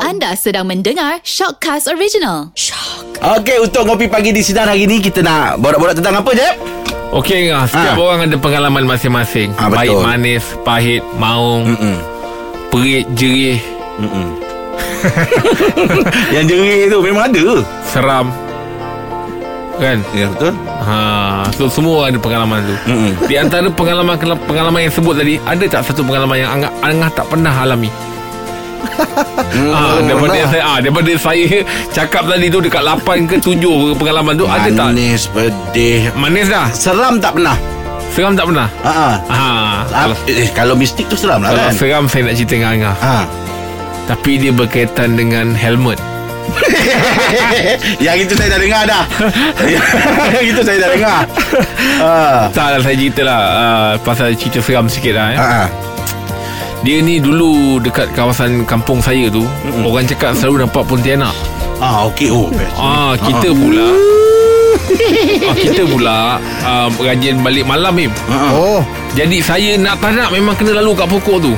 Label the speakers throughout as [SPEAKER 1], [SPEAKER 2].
[SPEAKER 1] Anda sedang mendengar Shockcast Original.
[SPEAKER 2] Okey, untuk kopi pagi di sinar hari ni kita nak borak-borak tentang apa, Jeb?
[SPEAKER 3] Okey ah, setiap
[SPEAKER 2] Ah.
[SPEAKER 3] orang ada pengalaman masing-masing.
[SPEAKER 2] Ah,
[SPEAKER 3] Baik
[SPEAKER 2] betul. Hmm.
[SPEAKER 3] manis, pahit, maung,
[SPEAKER 2] Mm-mm.
[SPEAKER 3] perit, jerih,
[SPEAKER 2] Yang jerit tu memang ada.
[SPEAKER 3] seram. Kan?
[SPEAKER 2] Ya, betul.
[SPEAKER 3] Ha, so semua orang ada pengalaman tu.
[SPEAKER 2] Mm-mm.
[SPEAKER 3] Di antara pengalaman pengalaman yang sebut tadi, ada tak satu pengalaman yang Angah, Angah tak pernah alami?
[SPEAKER 2] Hmm. Oh,
[SPEAKER 3] Ah, daripada yang saya ah, daripada saya cakap tadi tu dekat 8 ke 7 ke pengalaman tu ada tak?
[SPEAKER 2] Manis, pedih.
[SPEAKER 3] Manis dah.
[SPEAKER 2] Seram tak pernah.
[SPEAKER 3] Seram tak pernah.
[SPEAKER 2] Ha.
[SPEAKER 3] Ha.
[SPEAKER 2] Ah,
[SPEAKER 3] Kalau,
[SPEAKER 2] eh, kalau mistik tu seram lah
[SPEAKER 3] kalau
[SPEAKER 2] kan.
[SPEAKER 3] seram saya nak cerita dengan Angah.
[SPEAKER 2] Ha.
[SPEAKER 3] Tapi dia berkaitan dengan helmet.
[SPEAKER 2] Yang itu saya dah dengar dah. Yang itu saya dah dengar. Ha.
[SPEAKER 3] Tak lah saya cerita lah uh, Pasal cerita seram sikit lah eh.
[SPEAKER 2] Ha. ha.
[SPEAKER 3] Dia ni dulu Dekat kawasan kampung saya tu mm Orang cakap selalu nampak Pontianak
[SPEAKER 2] Ah, okey. Oh, best.
[SPEAKER 3] Ah Kita pula ah, Kita pula uh, Rajin balik malam Im
[SPEAKER 2] Ha.
[SPEAKER 4] Oh
[SPEAKER 3] Jadi saya nak tak nak Memang kena lalu kat pokok tu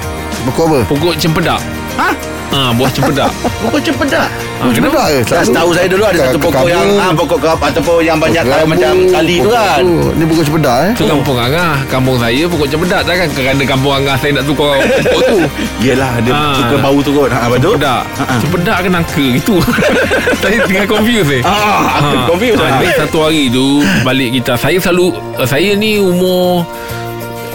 [SPEAKER 4] Pokok apa?
[SPEAKER 3] Pokok cempedak
[SPEAKER 2] Ha?
[SPEAKER 3] Ah, buah cempedak
[SPEAKER 2] Pokok cempedak.
[SPEAKER 3] ah,
[SPEAKER 4] Cepedak ke?
[SPEAKER 2] Eh, Tak tahu saya dulu ada
[SPEAKER 4] Ke-
[SPEAKER 2] satu
[SPEAKER 4] ke
[SPEAKER 2] pokok
[SPEAKER 4] kamu,
[SPEAKER 2] yang ah pokok kelapa ataupun yang banyak
[SPEAKER 4] pokok
[SPEAKER 2] kalau macam
[SPEAKER 4] kamu,
[SPEAKER 2] tali tu
[SPEAKER 4] pokok
[SPEAKER 2] kan.
[SPEAKER 4] Ni pokok cepedak eh
[SPEAKER 3] Itu kampung Angah Kampung saya pokok cempedak Takkan kerana kampung Angah Saya nak tukar pokok tu
[SPEAKER 2] Yelah dia
[SPEAKER 3] Ah.
[SPEAKER 2] suka bau tu kot. Ha betul.
[SPEAKER 3] Cempedak
[SPEAKER 2] Ha.
[SPEAKER 3] Cempedak ke nangka Gitu Saya tengah confuse eh
[SPEAKER 2] Ah, aku confused.
[SPEAKER 3] ha,
[SPEAKER 2] Ah.
[SPEAKER 3] Jadi satu hari tu Balik kita Saya selalu uh, Saya ni umur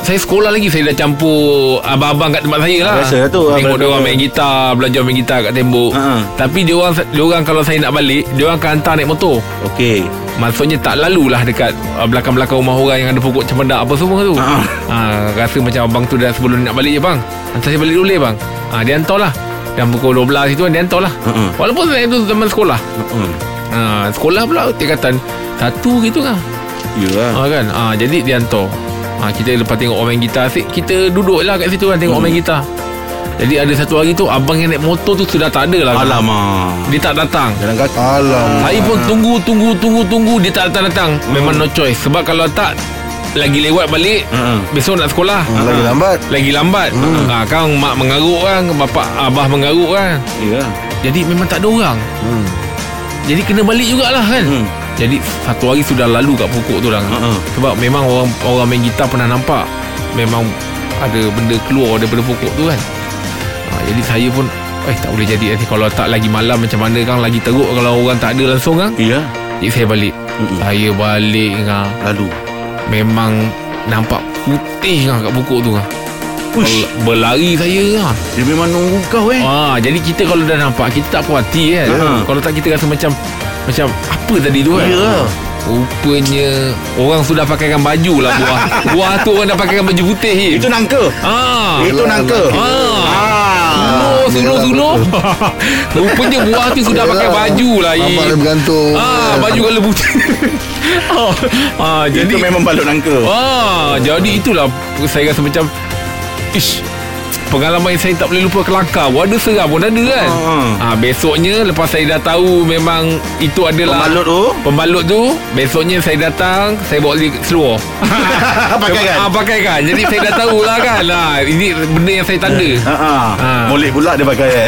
[SPEAKER 3] saya sekolah lagi Saya dah campur Abang-abang kat tempat saya lah
[SPEAKER 2] Biasa tu,
[SPEAKER 3] Tengok
[SPEAKER 2] abang-
[SPEAKER 3] dia orang main gitar Belajar main gitar kat tembok
[SPEAKER 2] Ha.
[SPEAKER 3] Tapi dia orang dia orang kalau saya nak balik Dia orang akan hantar naik motor
[SPEAKER 2] Okey.
[SPEAKER 3] Maksudnya tak lalulah dekat uh, Belakang-belakang rumah orang Yang ada pokok cempedak Apa semua tu
[SPEAKER 2] Ha.
[SPEAKER 3] ha, Rasa macam abang tu dah sebelum nak balik je bang Hantar saya balik dulu boleh bang ha, Dia hantar lah Dan pukul 12 itu dia hantar lah
[SPEAKER 2] Mm-mm.
[SPEAKER 3] Walaupun saya tu zaman sekolah
[SPEAKER 2] Hmm.
[SPEAKER 3] ha, Sekolah pula tingkatan Satu gitu kan
[SPEAKER 2] Yalah.
[SPEAKER 3] ha, kan? Ha, Jadi dia hantar ha, Kita lepas tengok orang main gitar asyik, Kita duduk lah kat situ kan Tengok hmm. orang main gitar Jadi ada satu hari tu Abang yang naik motor tu Sudah tak ada lah
[SPEAKER 2] Alamak.
[SPEAKER 3] Dia tak datang
[SPEAKER 2] Jalan kaki. Ah,
[SPEAKER 4] Alamak
[SPEAKER 3] Saya pun tunggu Tunggu Tunggu Tunggu Dia tak datang-datang Memang no choice Sebab kalau tak Lagi lewat balik
[SPEAKER 2] Hmm.
[SPEAKER 3] Besok nak sekolah
[SPEAKER 4] Ah, Lagi lambat
[SPEAKER 3] Lagi lambat hmm. ha, Kan mak mengaruk kan Bapak abah mengaruk kan
[SPEAKER 2] Ya.
[SPEAKER 3] Jadi memang tak ada orang
[SPEAKER 4] Hmm.
[SPEAKER 3] Jadi kena balik jugalah kan
[SPEAKER 2] Hmm.
[SPEAKER 3] Jadi satu hari sudah lalu kat pokok tu lah
[SPEAKER 2] Ha-ha.
[SPEAKER 3] Sebab memang orang orang main gitar pernah nampak Memang ada benda keluar daripada pokok tu kan ha, Jadi saya pun Eh tak boleh jadi nanti Kalau tak lagi malam macam mana kan Lagi teruk kalau orang tak ada langsung kan
[SPEAKER 2] Ya.
[SPEAKER 3] Jadi saya balik
[SPEAKER 2] Mm-mm.
[SPEAKER 3] Saya balik kan
[SPEAKER 2] Lalu.
[SPEAKER 3] Memang nampak putih kan kat pokok tu kan
[SPEAKER 2] Push.
[SPEAKER 3] Berlari saya kan
[SPEAKER 2] Dia memang nunggu kau eh.
[SPEAKER 3] Ah, jadi kita kalau dah nampak kita tak puas hati kan.
[SPEAKER 2] Ya.
[SPEAKER 3] Kalau tak kita rasa macam macam apa tadi tu kan.
[SPEAKER 2] Ya.
[SPEAKER 3] Rupanya orang sudah pakaikan baju lah buah. buah tu orang dah pakaikan baju putih. Im.
[SPEAKER 2] Itu nangka.
[SPEAKER 3] Ah.
[SPEAKER 2] Itu
[SPEAKER 4] Alah,
[SPEAKER 2] nangka.
[SPEAKER 3] alah.
[SPEAKER 2] Ah.
[SPEAKER 3] Suluh, suluh,
[SPEAKER 4] Yelah,
[SPEAKER 3] suluh. Rupanya buah tu sudah
[SPEAKER 4] Yelah.
[SPEAKER 3] pakai baju lah. Im.
[SPEAKER 4] Nampak dia bergantung Eh,
[SPEAKER 3] Ah, baju kalau putih. ah, ah,
[SPEAKER 2] Itu
[SPEAKER 3] jadi
[SPEAKER 2] memang balut nangka.
[SPEAKER 3] Ah, jadi itulah saya rasa macam ish pengalaman yang saya tak boleh lupa kelakar. Pun ada seram pun ada kan.
[SPEAKER 2] Ah.
[SPEAKER 3] Ah, besoknya lepas saya dah tahu memang itu adalah
[SPEAKER 2] Balut tu.
[SPEAKER 3] Pembalut tu Besoknya saya datang Saya bawa balik seluar
[SPEAKER 2] Pakaikan?
[SPEAKER 3] ah, Pakaikan Jadi saya dah tahu lah kan ah, Ini benda yang saya tanda
[SPEAKER 2] Ha ah.
[SPEAKER 3] Ah.
[SPEAKER 2] Molek pula dia pakai eh.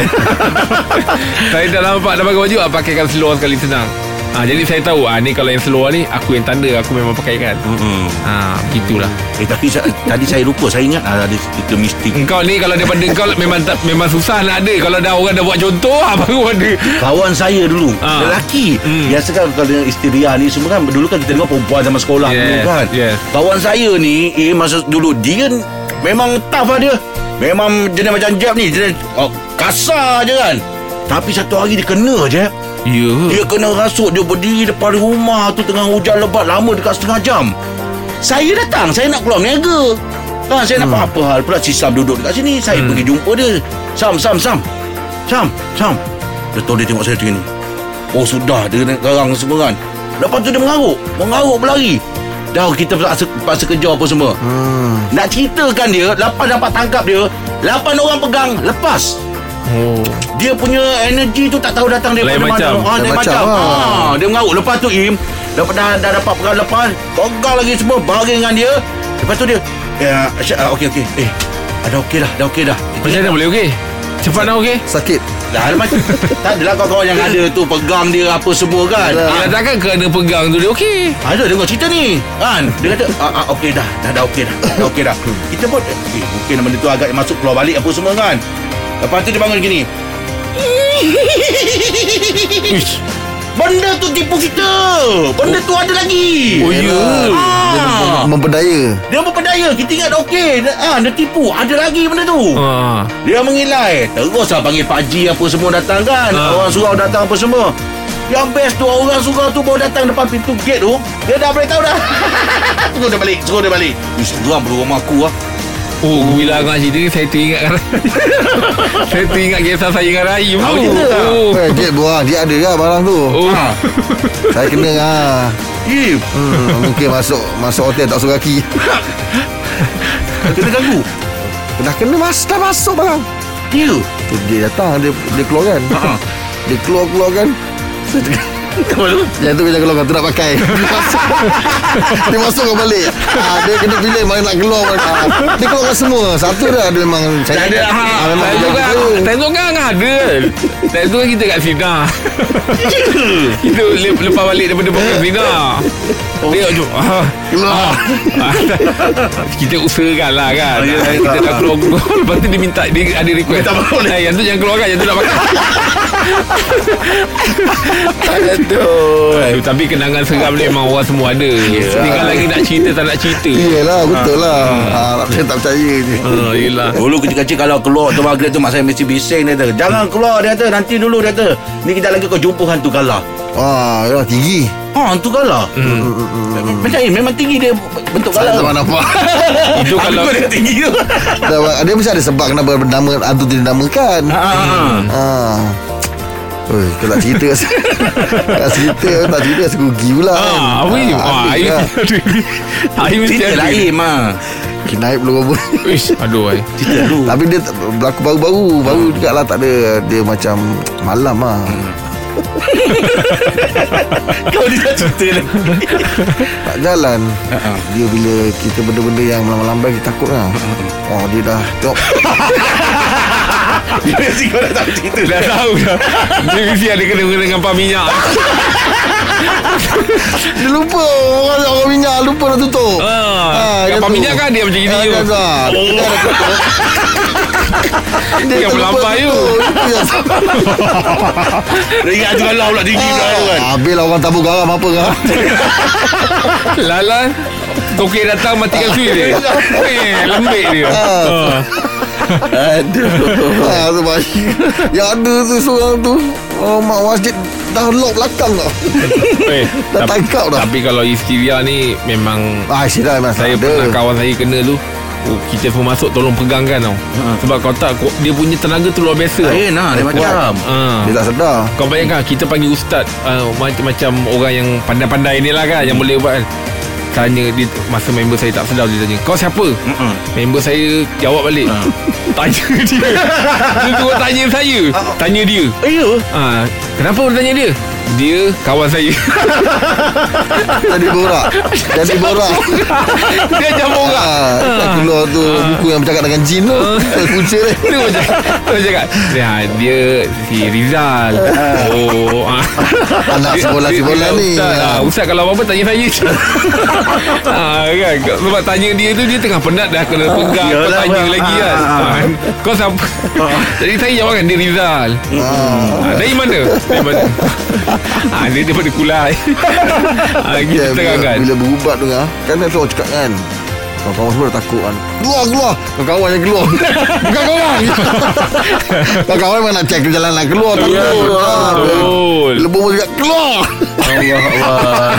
[SPEAKER 3] Saya dah nampak dah pakai baju ah, Pakaikan seluar sekali senang ah, Jadi saya tahu ah, Ni kalau yang seluar ni Aku yang tanda Aku memang pakaikan
[SPEAKER 2] Mm-mm.
[SPEAKER 3] ah, Begitulah
[SPEAKER 2] Eh tapi sa- tadi saya lupa saya ingat ah, ada cerita mistik.
[SPEAKER 3] Engkau ni kalau daripada engkau memang tak, memang susah nak ada kalau dah orang dah buat contoh ah baru ada.
[SPEAKER 2] Kawan saya dulu
[SPEAKER 3] Ah.
[SPEAKER 2] Lelaki
[SPEAKER 3] Hmm.
[SPEAKER 2] Biasa kan kalau dengan isteria ni Semua kan Dulu kan kita tengok perempuan zaman sekolah dulu
[SPEAKER 3] Yes,
[SPEAKER 2] kan
[SPEAKER 3] yes.
[SPEAKER 2] Kawan saya ni Eh masa dulu Dia n- memang tough lah dia Memang jenis macam Jeb ni Jenis oh, kasar je kan tapi satu hari dia kena je
[SPEAKER 3] Ya.
[SPEAKER 2] Dia kena rasuk Dia berdiri depan rumah tu Tengah hujan lebat Lama dekat setengah jam Saya datang Saya nak keluar meniaga ha, Saya nampak apa hal pula Si Sam duduk dekat sini Saya pergi jumpa dia Sam, Sam, Sam Sam, Sam Dia tahu dia tengok saya macam ni Oh sudah Dia nak garang semua kan Lepas tu dia mengaruk Mengaruk berlari Dah kita paksa, paksa kejar apa semua
[SPEAKER 4] Hmm.
[SPEAKER 2] Nak ceritakan dia Lapan dapat tangkap dia Lapan orang pegang Lepas
[SPEAKER 3] Oh.
[SPEAKER 2] dia punya energi tu tak tahu datang daripada
[SPEAKER 3] Lain macam.
[SPEAKER 2] mana. Ah,
[SPEAKER 4] Lain
[SPEAKER 2] lain
[SPEAKER 4] macam,
[SPEAKER 2] macam.
[SPEAKER 4] ah.
[SPEAKER 2] Ah, dia mengarut. Lepas tu Im, lepas dah, dah dapat pegang lepas, pegang lagi semua baring dengan dia. Lepas tu dia, ya, Syah, ah, okey okey. Eh, ada okey dah, dah okey dah.
[SPEAKER 3] Macam mana boleh okey? Cepat nak okey?
[SPEAKER 4] Sakit
[SPEAKER 2] Dah lepas Tak adalah kawan-kawan yang ada tu Pegang dia apa semua kan ha,
[SPEAKER 4] Betul.
[SPEAKER 3] Dia takkan kena pegang tu dia okey.
[SPEAKER 2] Ada dengar cerita ni Kan Dia kata ah, ah, Okey dah Dah dah okey dah Dah okey dah
[SPEAKER 3] Hmm.
[SPEAKER 2] Kita pun eh, Mungkin benda tu agak masuk keluar balik Apa semua kan Lepas tu dia bangun gini
[SPEAKER 3] Ish.
[SPEAKER 2] Benda tu tipu kita Benda tu ada lagi
[SPEAKER 3] Oh ya.
[SPEAKER 2] ah,
[SPEAKER 4] Memperdaya
[SPEAKER 2] Dia memperdaya Kita ingat dah okey Dia- ah, Dia tipu Ada lagi benda tu
[SPEAKER 3] Ha.
[SPEAKER 2] Dia mengilai Teruslah panggil Pak Haji Apa semua datang kan
[SPEAKER 3] Ha.
[SPEAKER 2] ha. Orang surau datang apa semua Yang best tu Orang surau tu baru datang Depan pintu gate tu Dia dah beritahu dah Suruh dia balik Suruh dia balik Ih, Seram perlu rumah aku lah
[SPEAKER 3] Oh, bila Abang Haji ni saya teringat kan. Saya teringat kisah saya dengan Rahim
[SPEAKER 2] Tahu
[SPEAKER 3] tu.
[SPEAKER 2] cerita tak?
[SPEAKER 3] Oh.
[SPEAKER 4] Eh, dia buang Dia ada lah barang tu
[SPEAKER 3] Oh.
[SPEAKER 2] ha.
[SPEAKER 4] Saya kena ha.
[SPEAKER 2] Eh
[SPEAKER 4] hmm, Mungkin masuk Masuk hotel tak suruh kaki
[SPEAKER 2] Kita ganggu
[SPEAKER 4] Dah kena mas, Dah masuk barang
[SPEAKER 2] Ya
[SPEAKER 4] Tu Dia datang Dia, dia keluar kan
[SPEAKER 2] Ha.
[SPEAKER 4] Dia keluar-keluar kan Saya cakap, Yang tu bila keluar tu nak pakai Dia masuk Dia masuk kau balik ha, Dia kena pilih Mana nak keluar mana. Ha, dia keluarkan semua Satu dah dia memang
[SPEAKER 2] Tak ada lah.
[SPEAKER 4] ha, Memang
[SPEAKER 3] Time
[SPEAKER 4] dia
[SPEAKER 3] tu kan
[SPEAKER 4] ada.
[SPEAKER 3] Time tu kan ada Time tu kan kita kat Sina Kita le- lepas balik daripada Bukan Sina
[SPEAKER 2] Oh.
[SPEAKER 3] Dia jom ah,
[SPEAKER 4] Keluar
[SPEAKER 3] ah. Kita usahakan lah
[SPEAKER 2] Oh,
[SPEAKER 3] kan
[SPEAKER 2] ya,
[SPEAKER 3] Ah, Kita
[SPEAKER 2] tak.
[SPEAKER 3] dah keluar keluar Lepas tu dia minta Dia ada request
[SPEAKER 2] Minta bangun.
[SPEAKER 3] Eh, Yang tu jangan keluarkan Yang tu nak makan Aduh Tapi kenangan seram ni Memang orang semua ada
[SPEAKER 2] Ya.
[SPEAKER 3] Tinggal lagi nak cerita Tak nak cerita
[SPEAKER 4] Yelah betul lah ha,
[SPEAKER 2] Ah.
[SPEAKER 4] Saya tak percaya je
[SPEAKER 3] Ah, Yelah
[SPEAKER 2] Dulu kecil-kecil kalau keluar tu maghrib tu Mak saya mesti bising dia kata Jangan keluar dia kata Nanti dulu dia kata Ni kita lagi kau jumpa hantu galah
[SPEAKER 4] Wah Yelah Ah, tinggi
[SPEAKER 2] Ha hantu galah hmm. Macam eh memang tinggi dia Bentuk galah
[SPEAKER 4] Saya tak
[SPEAKER 2] tu.
[SPEAKER 4] pernah nampak
[SPEAKER 3] Itu
[SPEAKER 2] Aku
[SPEAKER 3] kalau
[SPEAKER 2] pun dia tinggi tu
[SPEAKER 4] Dah- Dia mesti ada sebab Kenapa bernama Hantu tidak dinamakan
[SPEAKER 3] Ah,
[SPEAKER 2] Ha, ha, ha.
[SPEAKER 4] ha. Oi, kau tak cerita Tak cerita Tak cerita Rasa rugi pula kan.
[SPEAKER 3] Ah, apa ni?
[SPEAKER 4] Ah,
[SPEAKER 3] Ah,
[SPEAKER 4] ambil
[SPEAKER 3] air
[SPEAKER 4] lah.
[SPEAKER 3] Air mesti
[SPEAKER 2] Cerita
[SPEAKER 3] ada.
[SPEAKER 2] lain ma
[SPEAKER 4] Okay, naik belum apa
[SPEAKER 3] Ish, aduh eh. ai.
[SPEAKER 2] Cerita lu
[SPEAKER 4] Tapi dia tak- berlaku baru-baru Baru
[SPEAKER 3] Ah.
[SPEAKER 4] juga lah tak ada Dia macam Malam lah
[SPEAKER 2] Kau ni tak cerita
[SPEAKER 4] lah.
[SPEAKER 2] lagi
[SPEAKER 4] Tak jalan
[SPEAKER 3] Ah,
[SPEAKER 2] Ha-ha.
[SPEAKER 4] Dia bila kita benda-benda yang lambai Kita takut lah
[SPEAKER 3] ah,
[SPEAKER 4] Oh dia dah Tengok
[SPEAKER 2] Mesti kau dah tahu cerita
[SPEAKER 3] Dah tahu dah. Dia mesti ada kena-kena dengan pam minyak.
[SPEAKER 4] Dia lupa Orang, orang minyak lupa nak tutup
[SPEAKER 3] Ah, kat
[SPEAKER 4] dia
[SPEAKER 3] pam
[SPEAKER 4] tu.
[SPEAKER 3] minyak kan dia macam gini
[SPEAKER 4] Ah,
[SPEAKER 3] tu.
[SPEAKER 4] kan, ah. Dia dah tutup. Dia
[SPEAKER 3] Yang
[SPEAKER 4] terlupa
[SPEAKER 3] melambai tu.
[SPEAKER 4] tutup. Itu yang salah.
[SPEAKER 2] Dia ingat tu galau pula tinggi pula tu kan
[SPEAKER 4] Ah, Habislah orang tabur garam apa kan
[SPEAKER 3] Lalan Tokek datang matikan sui dia. Eh, lembik dia. Ah.
[SPEAKER 2] Aduh
[SPEAKER 4] Ah, tu bahaya. Yang ada tu seorang tu oh, Mak masjid Dah lock belakang tau
[SPEAKER 3] Eh,
[SPEAKER 4] Dah
[SPEAKER 3] tapi-
[SPEAKER 4] tangkap dah
[SPEAKER 3] Tapi kalau histeria ni memang
[SPEAKER 4] Ah, Syirah memang
[SPEAKER 3] saya
[SPEAKER 4] tak ada.
[SPEAKER 3] pernah kawan saya kena tu. Oh, kita pun masuk tolong pegangkan tau.
[SPEAKER 4] Ah.
[SPEAKER 3] Sebab kau tak ko- dia punya tenaga tu luar biasa. tau.
[SPEAKER 2] Lain lah Dia macam
[SPEAKER 3] Ah.
[SPEAKER 4] Dia tak sedar
[SPEAKER 3] Kau bayangkan kita panggil ustaz uh, macam, macam orang yang pandai-pandai ni lah kan Yang boleh buat kan Tanya dia Masa member saya tak sedar Dia tanya Kau siapa?
[SPEAKER 2] Mm-mm.
[SPEAKER 3] Member saya jawab balik
[SPEAKER 2] Ha.
[SPEAKER 3] Tanya dia Dia suruh tanya saya Tanya dia
[SPEAKER 2] Eh yo
[SPEAKER 3] ha, Kenapa orang tanya dia? Dia kawan saya
[SPEAKER 4] Jadi borak Jadi borak
[SPEAKER 3] Dia macam orang
[SPEAKER 4] ah, tak Keluar tu Buku yang bercakap dengan jin tu
[SPEAKER 3] Ah.
[SPEAKER 4] Kunci dia
[SPEAKER 3] Dia macam Dia cakap ya, Dia si Rizal Oh ha.
[SPEAKER 4] Anak sekolah si bola ni
[SPEAKER 3] Ustaz, ah, Ustaz kalau apa-apa tanya saya je. ah, kan? Kau- Sebab tanya dia tu Dia tengah penat dah Kena pegang Kau
[SPEAKER 2] Yalah,
[SPEAKER 3] tanya
[SPEAKER 2] bang.
[SPEAKER 3] lagi
[SPEAKER 2] Ah,
[SPEAKER 3] kan
[SPEAKER 2] ah, ah.
[SPEAKER 3] Ah, Kau siapa Jadi saya jawab kan Dia Rizal ah, Dari mana Dari mana ah, Dia daripada kulai ah, Kita
[SPEAKER 4] Ya,
[SPEAKER 3] tengah
[SPEAKER 4] bila,
[SPEAKER 3] kan
[SPEAKER 4] bila berubat tu kan Kan dia tu orang cakap kan Kawan-kawan semua dah takut kan Keluar keluar Kawan-kawan yang keluar Bukan korang Kawan-kawan memang nak cek jalan nak keluar Takut Ah,
[SPEAKER 3] Betul
[SPEAKER 4] Lebur pun cakap Keluar
[SPEAKER 2] Allah Allah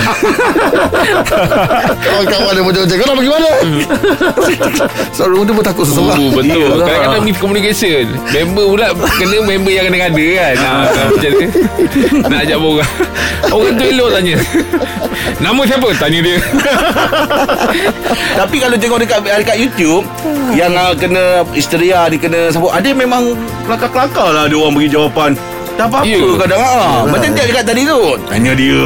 [SPEAKER 4] Kawan-kawan dia macam-macam Kau nak pergi mana So rumah tu pun takut seseorang
[SPEAKER 3] Oh, betul
[SPEAKER 2] Yelah.
[SPEAKER 3] Kadang-kadang miscommunication Member pula Kena member yang kadang-kadang kan ah, Macam tu Nak ajak orang Orang tu elok tanya Nama siapa? Tanya dia
[SPEAKER 2] Tapi kalau tengok dekat eh, dekat YouTube yang uh, kena histeria ni kena sabuk ada memang kelakar-kelakar lah dia orang bagi jawapan. Tak apa-apa
[SPEAKER 3] Ya.
[SPEAKER 2] kadang ah. Macam dia dekat tadi tu. Tanya dia.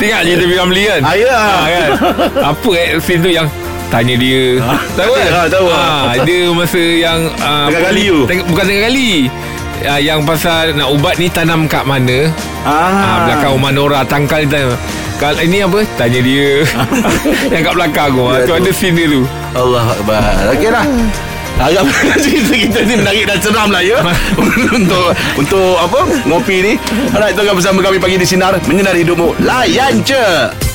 [SPEAKER 3] Tengok je Dia bilang beli kan
[SPEAKER 2] Ah, ya.
[SPEAKER 3] Ah, kan? Apa eh Scene tu yang Tanya dia Tahu kan
[SPEAKER 2] Ya, Ah. tahu.
[SPEAKER 3] Ah, Dia masa yang ah,
[SPEAKER 2] Tengah kali tu.
[SPEAKER 3] teng- Bukan tengah kali uh, yang pasal nak ubat ni tanam kat mana? Ah.
[SPEAKER 2] Ah,
[SPEAKER 3] belakang rumah Nora tangkal dia tanya. Kalau ini apa? Tanya dia. yang kat belakang
[SPEAKER 2] Ah. Ya,
[SPEAKER 3] aku. Yeah, tu
[SPEAKER 2] tu.
[SPEAKER 3] ada scene dia tu.
[SPEAKER 2] Allah Akbar Okeylah Agak cerita kita ni menarik dan seram lah ya Untuk Untuk apa Ngopi ni Alright Tuan bersama kami pagi di Sinar Menyinari hidupmu Layan je